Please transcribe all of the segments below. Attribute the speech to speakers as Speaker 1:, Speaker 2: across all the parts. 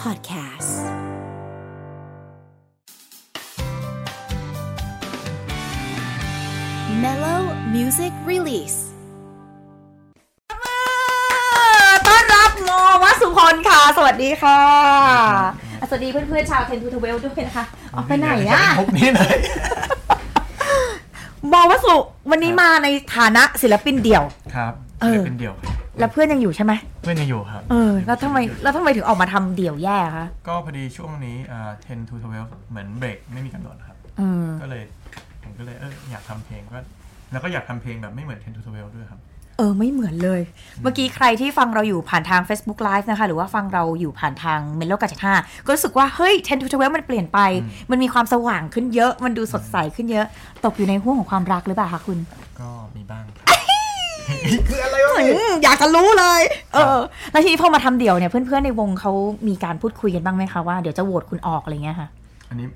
Speaker 1: Podcast Mellow Music Release
Speaker 2: ต้อนรับโมวัสุพลค่ะ สวัสดีค่ะ สวัสดีเพื่อนๆชาวเทนทูทเวลด้วยนะคะ ออกไปไหนอะ
Speaker 3: พบนี่เลย
Speaker 2: โมวัสุวันนี้มาในฐานะศิลปินเดี่ยว
Speaker 3: ครับ
Speaker 2: เอ
Speaker 3: ศิ
Speaker 2: อ
Speaker 3: ลปินเดี่ยวครับ
Speaker 2: แล้วเพื่อนยังอยู่ใช่ไหม
Speaker 3: เพื่อนยังอยู่ครับ
Speaker 2: เออ แล้วทำไมแล้วทำไมถึงออกมาทำเดี่ยวแย่คะ
Speaker 3: ก็พอดีช่วงนี้อ่า10 to 12 เหมือนเบรกไม่มีกำหนดครับ
Speaker 2: เออ
Speaker 3: ก็เลยผมก็เลยเอออยากทำเพลงก็ แล้วก็อยากทำเพลงแบบไม่เหมือน10 to 12 ด้วยครับ
Speaker 2: เออ ไม่เหมือนเลย เมื่อกี้ใครที่ฟังเราอยู่ผ่านทาง Facebook Live นะคะ หรือว่าฟังเราอยู่ผ่านทางเมโลกาเจท่าก็รู้สึกว่า เฮ้ยเทนทูทเวลมันเปลี่ยนไป
Speaker 3: อืม
Speaker 2: มันมีความสว่างขึ้นเยอะ มันดูสดใสขึ้นเยอะ ตกอยู่ในห่วงของความรักหรือเปล่าคะคุณ
Speaker 3: ก็มีบ้างครับคืออะไรวะ
Speaker 2: อืมอยากจะรู้เลย เออ แล้วทีนี้พอมาทำเดี่ยวเนี่ยเพื่อนๆในวงเขามีการพูดคุยกันบ้างไหมคะว่าเดี๋ยวจะโหวตคุณออกอะไรเงี้ยค่ะ
Speaker 3: อันนี้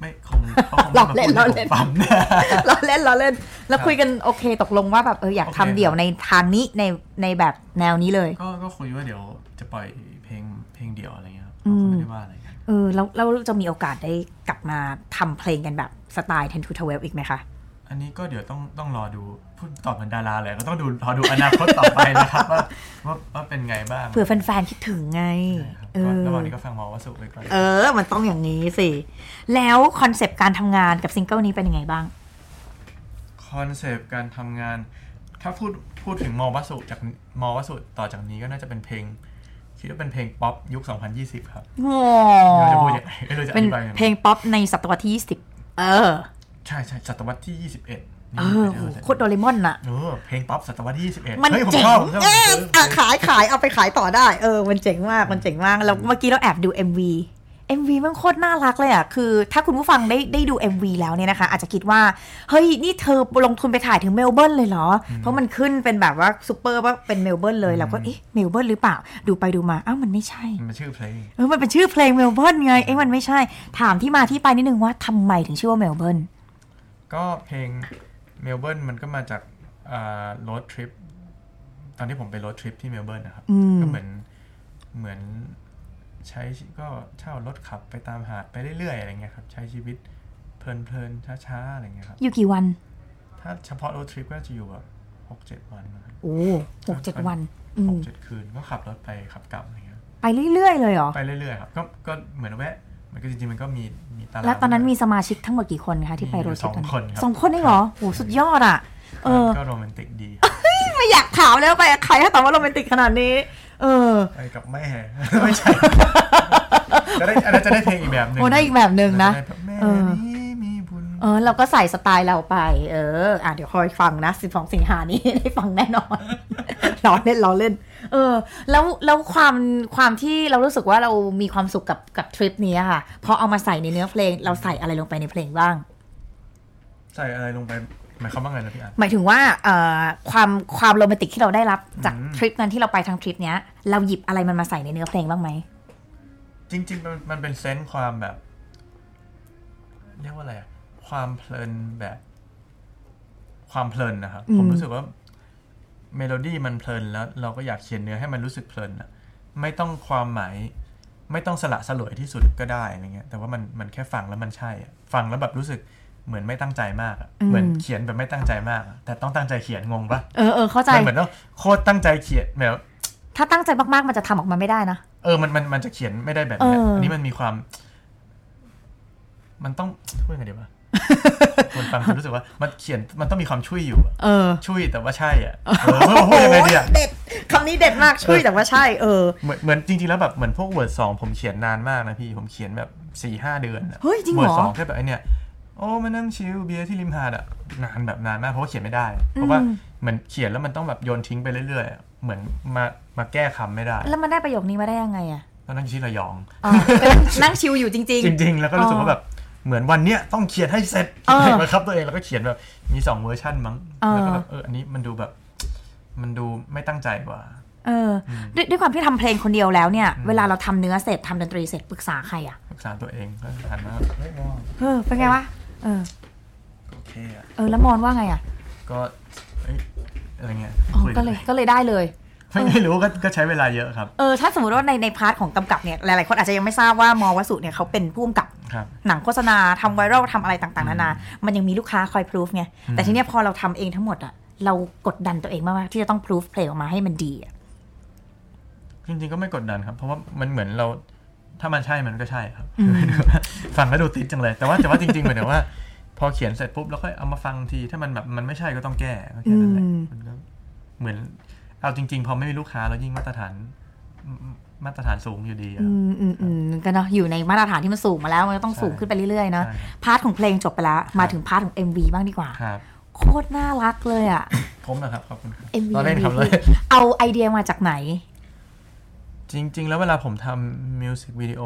Speaker 3: ไม่คงเขาคงไม่
Speaker 2: หลอก
Speaker 3: มา
Speaker 2: เล่น
Speaker 3: พูด
Speaker 2: หลอก
Speaker 3: ให้ผม
Speaker 2: เล่น
Speaker 3: ฟังนะ
Speaker 2: เราเล่นเรา เล่น แล้ว
Speaker 3: ครับ
Speaker 2: คุยกันโอเคตกลงว่าแบบเอออยาก
Speaker 3: โอเค
Speaker 2: ทำเดี่ยวในทางนี้ในในแบบแนวนี้เลย
Speaker 3: ก็ก็คุยว่าเดี๋ยวจะปล่อยเพลงเพลงเดี่ยวอะไรเงี้ยครับ
Speaker 2: อืม
Speaker 3: เขาก็ไม่ได้ว่าอะไรกัน
Speaker 2: เออแล้วแล้วจะมีโอกาสได้กลับมาทำเพลงกันแบบสไตล์ Ten to Twelve อีกไหมคะ
Speaker 3: อันนี้ก็เดี๋ยวต้องต้องรอดูพูดตอบเหมือนดาราเลยก็ต้องดูรอดูอนาคตต่อไปนะครับว่าว่าว่าเป็นไงบ้าง
Speaker 2: เผื่อแฟนๆคิดถึงไง
Speaker 3: ครับ
Speaker 2: เอ
Speaker 3: ก็
Speaker 2: อ
Speaker 3: ระหว่างนี้ก็ฟังมอวัสสุไปก่อน
Speaker 2: เออ มันต้องอย่างนี้สิ แล้วคอนเซปต์การทำงานกับซิงเกิลนี้เป็นยังไงบ้าง
Speaker 3: คอนเซปต์การทำงาน ถ้าพูดพูดถึงมอวัสสุจากมอวัสสุต่อจากนี้ก็น่าจะเป็นเพลง คิดว่าเป็นเพลงป๊อปยุค 2020 ครับ
Speaker 2: โอ้
Speaker 3: ไม่รู้จะพูดยังไงไม่รู้จะอ
Speaker 2: เป็น
Speaker 3: ธิบายยังไง
Speaker 2: เพลงป๊อปในศตวรรษที่ 20 เออ
Speaker 3: ใช่ใช่ศตวรรษที่ 21
Speaker 2: เอ
Speaker 3: นี่
Speaker 2: อ
Speaker 3: ป็น
Speaker 2: โห
Speaker 3: รื่อง
Speaker 2: โคตรโดเรมอนน่ะ
Speaker 3: เออเพลงป๊อปศตวรรษที่21
Speaker 2: มัน
Speaker 3: ฮ้ยผม
Speaker 2: เจ๋ง
Speaker 3: ชอบผมชอบ
Speaker 2: เออ
Speaker 3: ผมซื้
Speaker 2: อ่ะ
Speaker 3: อ
Speaker 2: ขายขายเอาไปขายต่อได้ เออ มันเจ๋งมาก มันเจ๋งมาก แล้วเมื่อกี้เราแอบดู MV MV มันโคตรน่ารักเลยอ่ะ คือ ถ้าคุณผู้ฟังได้ได้ดู MV แล้วเนี่ยนะคะ อาจจะคิดว่า เฮ้ย นี่เธอลงทุนไปถ่ายถึงเมลเบิร์นเลยเหรอ เพราะมันขึ้นเป็นแบบว่าซูเปอร์ว่าเป็นเมลเบิร์นเลย แล้วก็ เอ๊ะ เมลเบิร์นหรือเปล่า ดูไปดูมา อ้าว มันไม่ใช่
Speaker 3: มันชื่อเพลง
Speaker 2: เออ มันเป็นชื่อเพลงเมลเบิร์นไง เอ๊ะ มันไม่ใช่ ถามที่มาที่ไปนิดนึงว่าทำไมถึงชื่อว่าเมลเบิร์น
Speaker 3: ก็เพลงเมลเบิร์นมันก็มาจากรถทริปตอนที่ผมไปรถทริปที่เมลเบิร์นนะครับ
Speaker 2: อืม
Speaker 3: ก็เหมือนเหมือนใช้ชีก็เช่ารถขับไปตามหาดไปเรื่อยๆอะไรเงี้ยครับ ใช้ชีวิตเพลินๆ ช้าๆ อะไรเงี้ยครับ
Speaker 2: อยู่กี่วัน
Speaker 3: ถ้าเฉพาะรถทริปก็จะอยู่แบบหกเจ็ดวันนะครับ
Speaker 2: โอ้หกเจ็ดวันอื
Speaker 3: ห
Speaker 2: ม
Speaker 3: กเจ็ดคืนก็ขับรถไปขับกลับอะไรเงี้ย
Speaker 2: ไปเรื่อยๆเลยเหรอ
Speaker 3: ไปเรื่อยๆครับก็ก็เหมือนแวะ มันก็จริงๆมันก็มีมีตาราง
Speaker 2: แล้วตอนนั้นมีสมาชิกทั้งหมดกี่คนคะที่ไปโรถ
Speaker 3: มีอยู่สองคนครับ
Speaker 2: สองคนได้เหรอโหสุดยอดอ่ะ เออ
Speaker 3: ก็โรแมนติกดี
Speaker 2: ไม่อยากถามแล้วไปใครถ้าตอบว่าโรแมนติกขนาดนี้ เออ
Speaker 3: ไปกับแม่ ไม่ใช่ จะได้อันนั้นจะได้เพลงอีกแบบหนึ่ง
Speaker 2: โอ้ได้อีกแบบหนึ่งนะ
Speaker 3: จได้แบบแม่
Speaker 2: เออ
Speaker 3: นี้มีบุญ
Speaker 2: เออ เราก็ใส่สไตล์เราไป เออ อ่ะเดี๋ยวคอยฟังนะสิบสองสิงหานี้ ได้ฟังแน่นอน ล้อเล่นล้อเล่น เออ แล้วแล้วความความที่เรารู้สึกว่าเรามีความสุขกับกับทริปนี้อะค่ะพอเอามาใส่ในเนื้อเพลงเราใส่อะไรลงไปในเพลงบ้าง
Speaker 3: ใส่อะไรลงไปหมายความว่าไงนะพี่อัน
Speaker 2: หมายถึงว่าเอ่อความความโรแมนติกที่เราได้รับจาก
Speaker 3: อืม
Speaker 2: ทริปนั้นที่เราไปทางทริปเนี้ย เราหยิบอะไรมันมาใส่ในเนื้อเพลงบ้างไหม
Speaker 3: จริง ๆ มันมันเป็นเซนส์ความแบบ เรียกว่าอะไรอะความเพลินแบบ ความเพลินนะครับ
Speaker 2: อืม
Speaker 3: ผมรู้สึกว่า เมโลดี้มันเพลินแล้ว เราก็อยากเขียนเนื้อให้มันรู้สึกเพลินอะไม่ต้องความหมาย ไม่ต้องสละสลวยที่สุดก็ได้อะไรเงี้ยแต่ว่ามันมันแค่ฟังแล้วมันใช่อะฟังแล้วแบบรู้สึกเหมือนไม่ตั้งใจมากอะเหมือนเขียนแบบไม่ตั้งใจมากอะแต่ต้องตั้งใจเขียนงงปะ
Speaker 2: เออเออเข้าใจ
Speaker 3: มันเหมือนต้องโคตรตั้งใจเขียนแบบ
Speaker 2: ถ้าตั้งใจมากๆ มันจะทำออกมาไม่ได้นะ
Speaker 3: เออ มัน มัน มันจะเขียนไม่ได้แบบนี้
Speaker 2: เอออั
Speaker 3: อันนี้มันมีความ มันต้องพูดยังไงดีวะ คนฟังจะรู้สึกว่า มันเขียน มันต้องมีความช่วยอยู่อะ
Speaker 2: เออ
Speaker 3: ช่วยแต่ว่าใช่อ่ะเออพูดยังไงดีอะ
Speaker 2: เด็ดคำนี้เด็ดมากช่วยแต่ว่าใช่ เออ
Speaker 3: เหมือน เหมือนจริง ๆ แล้วแบบ เหมือนพวก Word สองผมเขียนนานมากนะพี่ ผมเขียนแบบสี่ห้าเดือน
Speaker 2: เฮ้ยจริงเหรอ
Speaker 3: วิร์ดสองแค่แบบไอเนี้ยโอ้มานั่งชิลเบียร์ที่ริมหาดอะนานแบบนานมากเพราะว่าเขียนไม่ได้ เพราะว่าเหมือนเขียนแล้วมันต้องแบบโยนทิ้งไปเรื่อยๆอะเหมือนมา มาแก้คำไม่ได้
Speaker 2: แล้วมันได้ประโยคนี้มาได้ยังไงอ่ะ
Speaker 3: ตอนนั่งอยู่ที่ระยอง
Speaker 2: อ๋อก็นั่งชิลอยู่จริง
Speaker 3: จริงๆ แล้วก็รู้สึกว่าแบบเหมือนวันเนี้ยต้องเขียนให้เสร็จ
Speaker 2: เออ
Speaker 3: บังคับตัวเองแล้วก็เขียนแบบมีสองเวอร์ชันมั้ง
Speaker 2: เออ
Speaker 3: แล้วก็แบบเอออันนี้มันดูแบบ มันดูไม่ตั้งใจกว่า
Speaker 2: ๆ เออด้วยด้วยความที่ทำเพลงคนเดียวแล้วเนี่ย เวลาเราทำเนื้อเสร็จทำดนตรีเสร็จปรึกษาใครอ่ะ
Speaker 3: รักษาตัวเองก็หันมาไม่งอ
Speaker 2: เออเป็นไงวะ เออ
Speaker 3: โอเคอ่ะ
Speaker 2: เออแล้วมอนว่าไงอ่ะ
Speaker 3: ก็เอ้ยอะไรเงี้ย
Speaker 2: อ๋อ
Speaker 3: คุ
Speaker 2: ก็
Speaker 3: น
Speaker 2: เลยก็เลยได้เลย
Speaker 3: ไม่ไม่รู้ก็ก็ใช้เวลาเยอะครับ
Speaker 2: เออถ้าสมมติว่าในในพาร์ทของกำกับเนี่ยหลายๆคนอาจจะยังไม่ทราบว่ามอวสุเนี่ยเขาเป็นผู้กำกับ
Speaker 3: ครับ
Speaker 2: หนังโฆษณาทำไวรัลทำอะไรต่างๆนานา มันยังมีลูกค้าคอยพรูฟไงแต่ทีเนี้ยพอเราทำเองทั้งหมดอะเรากดดันตัวเองมากๆที่จะต้องพรูฟเพลงออกมาให้มันดีอะ
Speaker 3: จริงๆก็ไม่กดดันครับ เพราะว่ามันเหมือนเราถ้ามันใช่มันก็ใช่ครับ ฟังแล้วดูติดจังเลย แต่ว่าแต่ว่าจริงๆเหมือนกับว่า พอเขียนเสร็จปุ๊บแล้วค่อยเอามาฟังที ถ้ามันแบบมันไม่ใช่ก็ต้องแก้ก็แค่นั้นแหละมันก็เหมือนเอาจริง ๆ พอไม่มีลูกค้าแล้วยิ่งมาตรฐานมาตรฐานสูงอยู่ดีอะ
Speaker 2: อืมอืมอืมก็เนาะอยู่ในมาตรฐานที่มันสูงมาแล้ว มันก็ต้องสูงขึ้นไปเรื่อยๆเนาะ
Speaker 3: ใช่
Speaker 2: พาร์ทของเพลงจบไปแล้วมาถึงพาร์ทของ MV บ้างดีกว่า
Speaker 3: ครับ
Speaker 2: โคตรน่ารักเลยอะ
Speaker 3: ผมนะครับขอบคุณครับ
Speaker 2: MV
Speaker 3: เราเล่นครับเลย
Speaker 2: เอาไอเดียมาจากไหน
Speaker 3: จริง ๆ แล้วเวลาผมทำมิวสิกวิดีโอ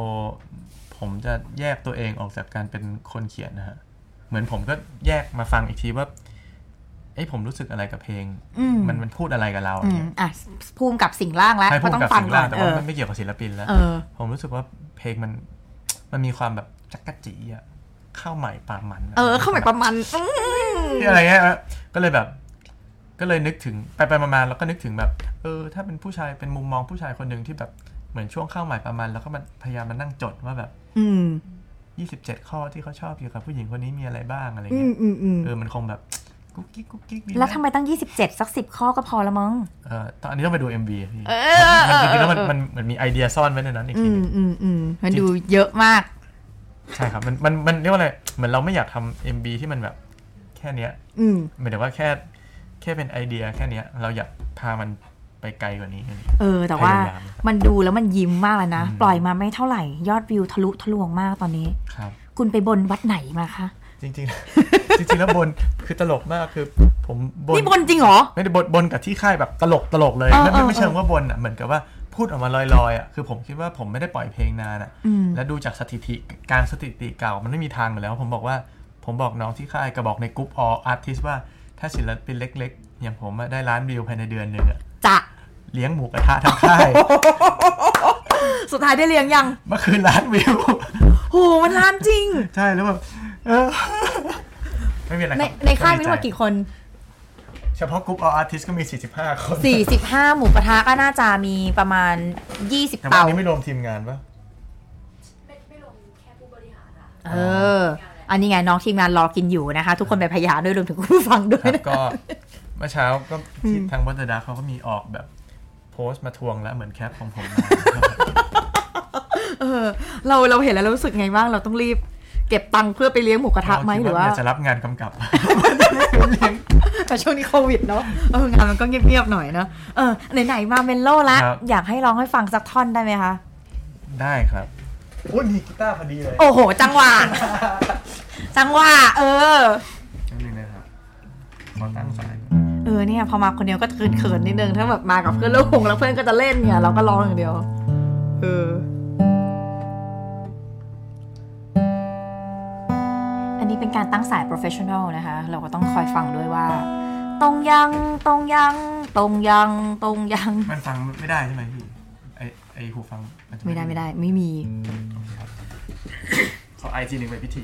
Speaker 3: ผมจะแยกตัวเองออกจากการเป็นคนเขียนนะฮะ เหมือนผมก็แยกมาฟังอีกทีว่า เอ้ยผมรู้สึกอะไรกับเพลง มันมันพูดอะไรกับเรา
Speaker 2: อืมอ่ะภูมิกับสิ่งล่างแล้ว
Speaker 3: ใช่
Speaker 2: เพ
Speaker 3: พูด
Speaker 2: ราะต้อง
Speaker 3: กับ
Speaker 2: ฟัง
Speaker 3: สิ่ง
Speaker 2: ก่
Speaker 3: ล่า
Speaker 2: อง น
Speaker 3: แต่
Speaker 2: เอ
Speaker 3: ว่า
Speaker 2: อ
Speaker 3: มันไม่เกี่ยวกับศิลปินแล้ว
Speaker 2: เออ
Speaker 3: ผมรู้สึกว่าเพลงมันมันมีความแบบจักกะจีอะข้าวใหม่ปลามัน
Speaker 2: เออเข้าหมายประมาณอืม
Speaker 3: ที่อะไรเงี้ยก็เลยแบบ ก็เลยนึกถึงไปไปมาๆแล้วก็นึกถึงแบบ เออ ถ้าเป็นผู้ชายเป็นมุมมองผู้ชายคนหนึ่งที่แบบเหมือนช่วงข้าวใหม่ปลามันแล้วก็มันพยายามมานั่งจดว่าแบบ
Speaker 2: อืม
Speaker 3: ยี่สิบเจ็ดข้อที่เขาชอบเกี่ยวกับผู้หญิงคนนี้มีอะไรบ้างอะไร
Speaker 2: อื
Speaker 3: เงี้
Speaker 2: ม
Speaker 3: ย
Speaker 2: อืมอืม
Speaker 3: เออมันคงแบบ กุ๊กกิ๊กกุ๊กกิ๊กดีนะ
Speaker 2: แล้วทำไมตั้ง 27 สัก 10 ข้อก็พอละมั้ง
Speaker 3: เออตอนอันนี้ต้องไปดู MV อะพี่
Speaker 2: เออ
Speaker 3: มันจริงๆแล้วมัน
Speaker 2: เออ
Speaker 3: มันมันมีไอเดียซ่อนไว้ในนั้นอีก
Speaker 2: อื
Speaker 3: ทีห
Speaker 2: ม
Speaker 3: นึง
Speaker 2: อืมอืมมันดูเยอะมาก
Speaker 3: ใช่ครับมันมันมันเรียกว่าอะไร เหมือนเราไม่อยากทำ MV ที่มันแบบ แค่เนี้ย
Speaker 2: อืม
Speaker 3: หมายถึงว่าแค่แค่เป็นไอเดียแค่เนี้ย เราอยากพามันไปไกลกว่านี้
Speaker 2: เออ แต่ว่า
Speaker 3: พยายาม
Speaker 2: มันดูแล้วมันยิ้มมากเลยนะ ปล่อยมาไม่เท่าไหร่ ยอดวิวทะลุทะลวงมากตอนนี้
Speaker 3: ครับ
Speaker 2: คุณไปบนวัดไหนมาคะ
Speaker 3: จริงๆ จริงๆแล้วบนคือตลกมากคือผมบน
Speaker 2: นี่บนจริงเหรอ
Speaker 3: ไม่ได้บนบนกับที่ค่ายแบบตลกตลกเลย
Speaker 2: เออ
Speaker 3: ไม่
Speaker 2: เออ
Speaker 3: ไม่ไม่เชิง
Speaker 2: เออ
Speaker 3: ว่าบนอ่ะเหมือนกับว่าพูดออกมาลอยๆอ่ะคือผมคิดว่าผมไม่ได้ปล่อยเพลงนานอ่ะ
Speaker 2: อืม
Speaker 3: และดูจากสถิติการสถิติเก่ามันไม่มีทางอยู่แล้ว ผมบอกว่าผมบอกน้องที่ค่ายกับบอกในกลุ่มออาร์ติสว่าถ้าศิลปินเล็ก ๆ อย่างผมอะได้ล้านวิวภายในเดือนหนึ่งอ่ะ
Speaker 2: จะ
Speaker 3: เลี้ยงหมูกระทะทั้งค่าย
Speaker 2: สุดท้ายได้เลี้ยงยัง
Speaker 3: เมื่อคืนล้านวิว
Speaker 2: โหมันล้านจริง
Speaker 3: ใช่แล้วแบบเออ ไม่มีอะไร
Speaker 2: ใน
Speaker 3: รับ
Speaker 2: ในค่ายมี
Speaker 3: ดี
Speaker 2: ทั้งหมด
Speaker 3: ใจ
Speaker 2: กี่คน
Speaker 3: เฉพาะกลุ่มออาร์ติสก็มี 45 คน
Speaker 2: 45 หมูกระทะก็น่าจะมีประมาณ 20
Speaker 3: แต่ว่าอั
Speaker 2: เตา
Speaker 3: นนี้ไม่รวมทีมงานปะ
Speaker 4: ไม่ไม่ลงแค่ผู้บริหารอะ
Speaker 2: เออ อันนี้ไงน้องทีมงานรอกินอยู่นะคะ ทุกคนเป็นพยานด้วยรวมถึงคุณผู้ฟังด้ว
Speaker 3: ค
Speaker 2: ย
Speaker 3: รับ
Speaker 2: นะ
Speaker 3: ก็เมื่อเช้าก็ที่ทางวัตดาเขาก็มีออกแบบโพสต์มาทวงแล้วเหมือนแคปของผมมา
Speaker 2: เออ เราเราเห็นแล้วเรารู้สึกไงบ้าง เราต้องรีบ เก็บตังค์เพื่อไปเลี้ยงหมูก ระทะไหมหรือว่า
Speaker 3: เคิดจะรับงานกำกับ
Speaker 2: แต่ช่วงนี้โควิดเนาะเอองานมันก็เงียบๆหน่อยเนาะเออไหนๆมาเมนโลละ
Speaker 3: ครับ
Speaker 2: อยากให้ร้องให้ฟังสักท่อนได้ไหมคะ
Speaker 3: ได้ครับโอ้ยมีกีตาร์พอดีเลย
Speaker 2: โอ้โห จังหวะ จังหวะเออ
Speaker 3: นิดนึงนะครับขอตั้งสาย
Speaker 2: เออเนี่ยพอมาคนเดียวก็เขินๆนิดนึงถ้าแบบมากับเพื่อนแล้วหงแล้วเพื่อนก็จะเล่นเนี่ย เราก็ร้องอย่างเดียว เออ อันนี้เป็นการตั้งสาย professional นะคะ เราก็ต้องคอยฟังด้วยว่า ตรงยัง ตรงยัง ตรงยัง ตรงยัง
Speaker 3: มันฟังไม่ได้ใช่ไหมพี่ไอไอหูฟังนจะ
Speaker 2: ไม่ได้ไม่ได้ไม่มี
Speaker 3: ขอไอทีหนึ่งไปพิธี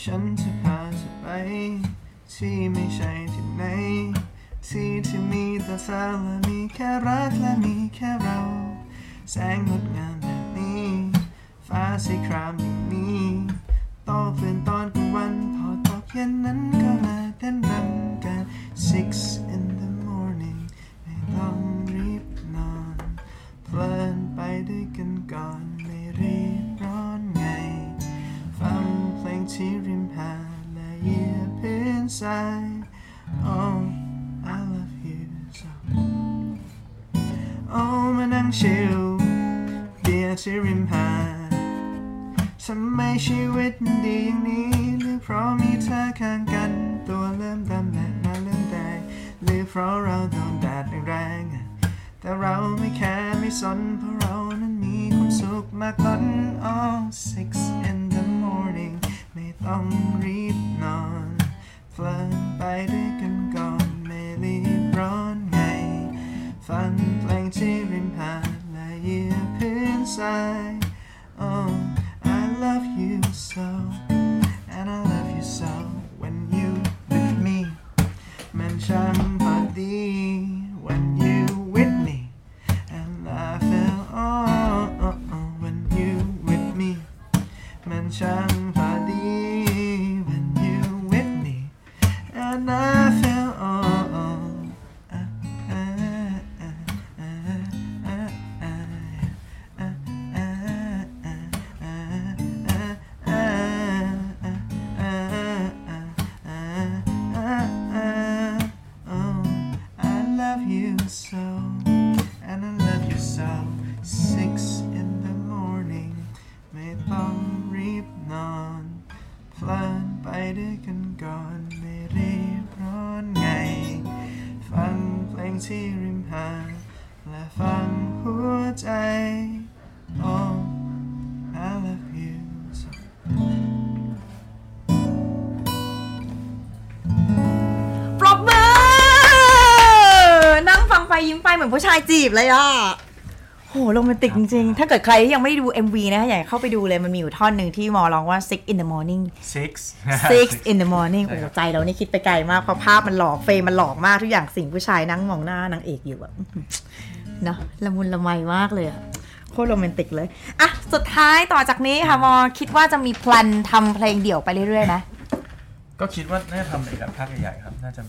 Speaker 5: ฉันจะพาเธอไป ที่ไม่ใช่ที่ไหน ที่ที่มีแต่เธอและมีแค่รักและมีแค่เรา แสงงดงามแบบนี้ ฟ้าสีครามอย่างนี้โตเปลี่ยนตอนกลางวัน พอตกเย็นนั้นก็มาเต้นรำกัน six in the morning ไม่ต้องรีบนอน เพลินไปด้วยกันก่อนไม่รีบร้อนไง ฟังเพลงที่ริมหาดและเหยียบพื้นทราย Oh I love you so Oh มานั่งชิลเบียร์ที่ริมหาดทำไมชีวิตมันดีอย่างนี้ หรือเพราะมีเธอข้างกัน ตัวเริ่มดำและหน้าเริ่มแดงหรือเพราะเราโดนแดดแรงๆ แต่เราไม่แคร์ไม่สนเพราะเรานั้นมีความสุขมากล้น all six in the ต้องรีบนอนเพลินไปด้วยกันก่อนไม่รีบร้อนไง ฟังเพลงที่ริมหาดและเหยือพื้นทราย Oh I love you so and I love you so when you with me มันช่างพอดี when you with me and I feel oh, oh, oh when you with me มันช่างพอดี when you with me and I feel oh, oh ah, ah, ah, ah, ah, ah. ที่ริมหาดและฟังหัวใจ Oh I love you so
Speaker 2: ปรบมือ นั่งฟังไปยิ้มไปเหมือนผู้ชายจีบเลยอ่ะ โหโรแมนติกจริงๆ ถ้าเกิดใครที่ยังไม่ได้ดู MV นะคะอยากให้เข้าไปดูเลยมันมีอยู่ท่อนหนึ่งที่มอร้องว่า six in the morning
Speaker 3: six
Speaker 2: six in the morning
Speaker 3: ใช่
Speaker 2: โอ้โห
Speaker 3: ครับ
Speaker 2: ใจเรานี่คิดไปไกลมากเพราะภาพมันหลอกเฟรมมันหลอกมากทุกอย่างสิ่งผู้ชายนั่งมองหน้านางเอกอยู่แบบ เนาะละมุนละไมมากเลยอะโคตรโรแมนติกเลยอ่ะสุดท้ายต่อจากนี้ค่ะมอคิดว่าจะมีแพลนทำเพลงเดี่ยวไปเรื่อยๆนะ
Speaker 3: ก็คิดว่าน่าจะทำเป็นแบบภาคใหญ่ๆครับ น่าจะ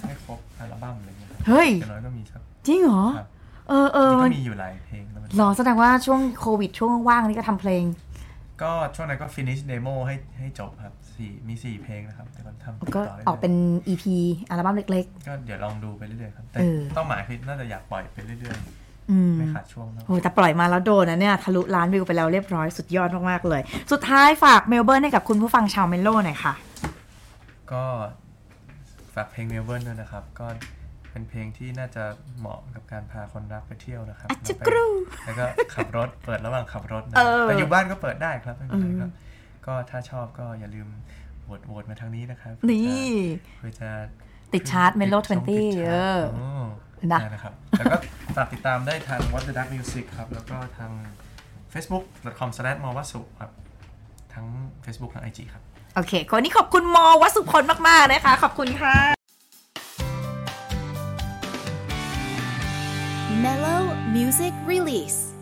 Speaker 3: ให้ครบอัลบั้มอะไรเงี้ยครับ
Speaker 2: เฮ้ย
Speaker 3: อย่างน้อยก็มีสัก
Speaker 2: จริงเหรอ
Speaker 3: ครับ
Speaker 2: เออเออ
Speaker 3: นี่
Speaker 2: มั
Speaker 3: ก็
Speaker 2: น
Speaker 3: มีอยู่หลายเพลงแล้วมัน
Speaker 2: หรอแสดงว่าช่วงโควิดช่วงว่างๆนี่ก็ทำเพลง
Speaker 3: ก็ช่วงนั้นก็ finish demo ให้ให้จบครับสี่มีสี่เพลงนะครับแต่ก็ทำติด
Speaker 2: ก็
Speaker 3: ต่รื่ยๆ
Speaker 2: ออกเป็น EP อัลบั้มเล็ก
Speaker 3: ก็เดี๋ยวลองดูไปเรื่อยๆครับ แต่
Speaker 2: เออ
Speaker 3: ต้องหมายคือน่าจะอยากปล่อยไปเรื่อย
Speaker 2: ๆ อืม
Speaker 3: ๆ ไม่ขาดช่วงแล้ว
Speaker 2: โอ้แต่ปล่อยมาแล้วโดนนะเนี่ย ทะลุล้านวิวไปแล้วเรียบร้อยสุดยอดมาก ๆ เลย สุดท้ายฝากเมลเบิร์นให้กับคุณผู้ฟังชาวเมลโล่หน่อยค่ะ
Speaker 3: ก็ฝากเพลงเมลเบิร์นด้วยนะครับ ก็เป็นเพลงที่น่าจะเหมาะกับการพาคนรักไปเที่ยวนะครับ
Speaker 2: อาจจะ
Speaker 3: แล้วไป
Speaker 2: กรู
Speaker 3: แล้วก็ขับรถ เปิดระหว่างขับรถนะ
Speaker 2: เออ
Speaker 3: แต่อยู่บ้านก็เปิดได้ครับไม่เป็นไรครับก็ถ้าชอบก็อย่าลืมโหวตโหวตมาทางนี้นะครับเพื่อจะ
Speaker 2: นี่
Speaker 3: เพื่อจะ
Speaker 2: ติดชาร์ตเมลโล่
Speaker 3: ติดชมติดชาร์
Speaker 2: 20
Speaker 3: ต
Speaker 2: เออ
Speaker 3: ม
Speaker 2: นะ
Speaker 3: ได้นะครับ แล้วก็ฝากติดตามได้ทาง What the Duck Music ครับ แล้วก็ทาง facebook.com/mawatsu ครับทั้ง Facebook ทั้ง IG ครับ
Speaker 2: โอเคคนนี้ขอบคุณมอวัสสุพลมาก ๆ นะคะ ขอบคุณค่ะ
Speaker 1: Mellow Music Release.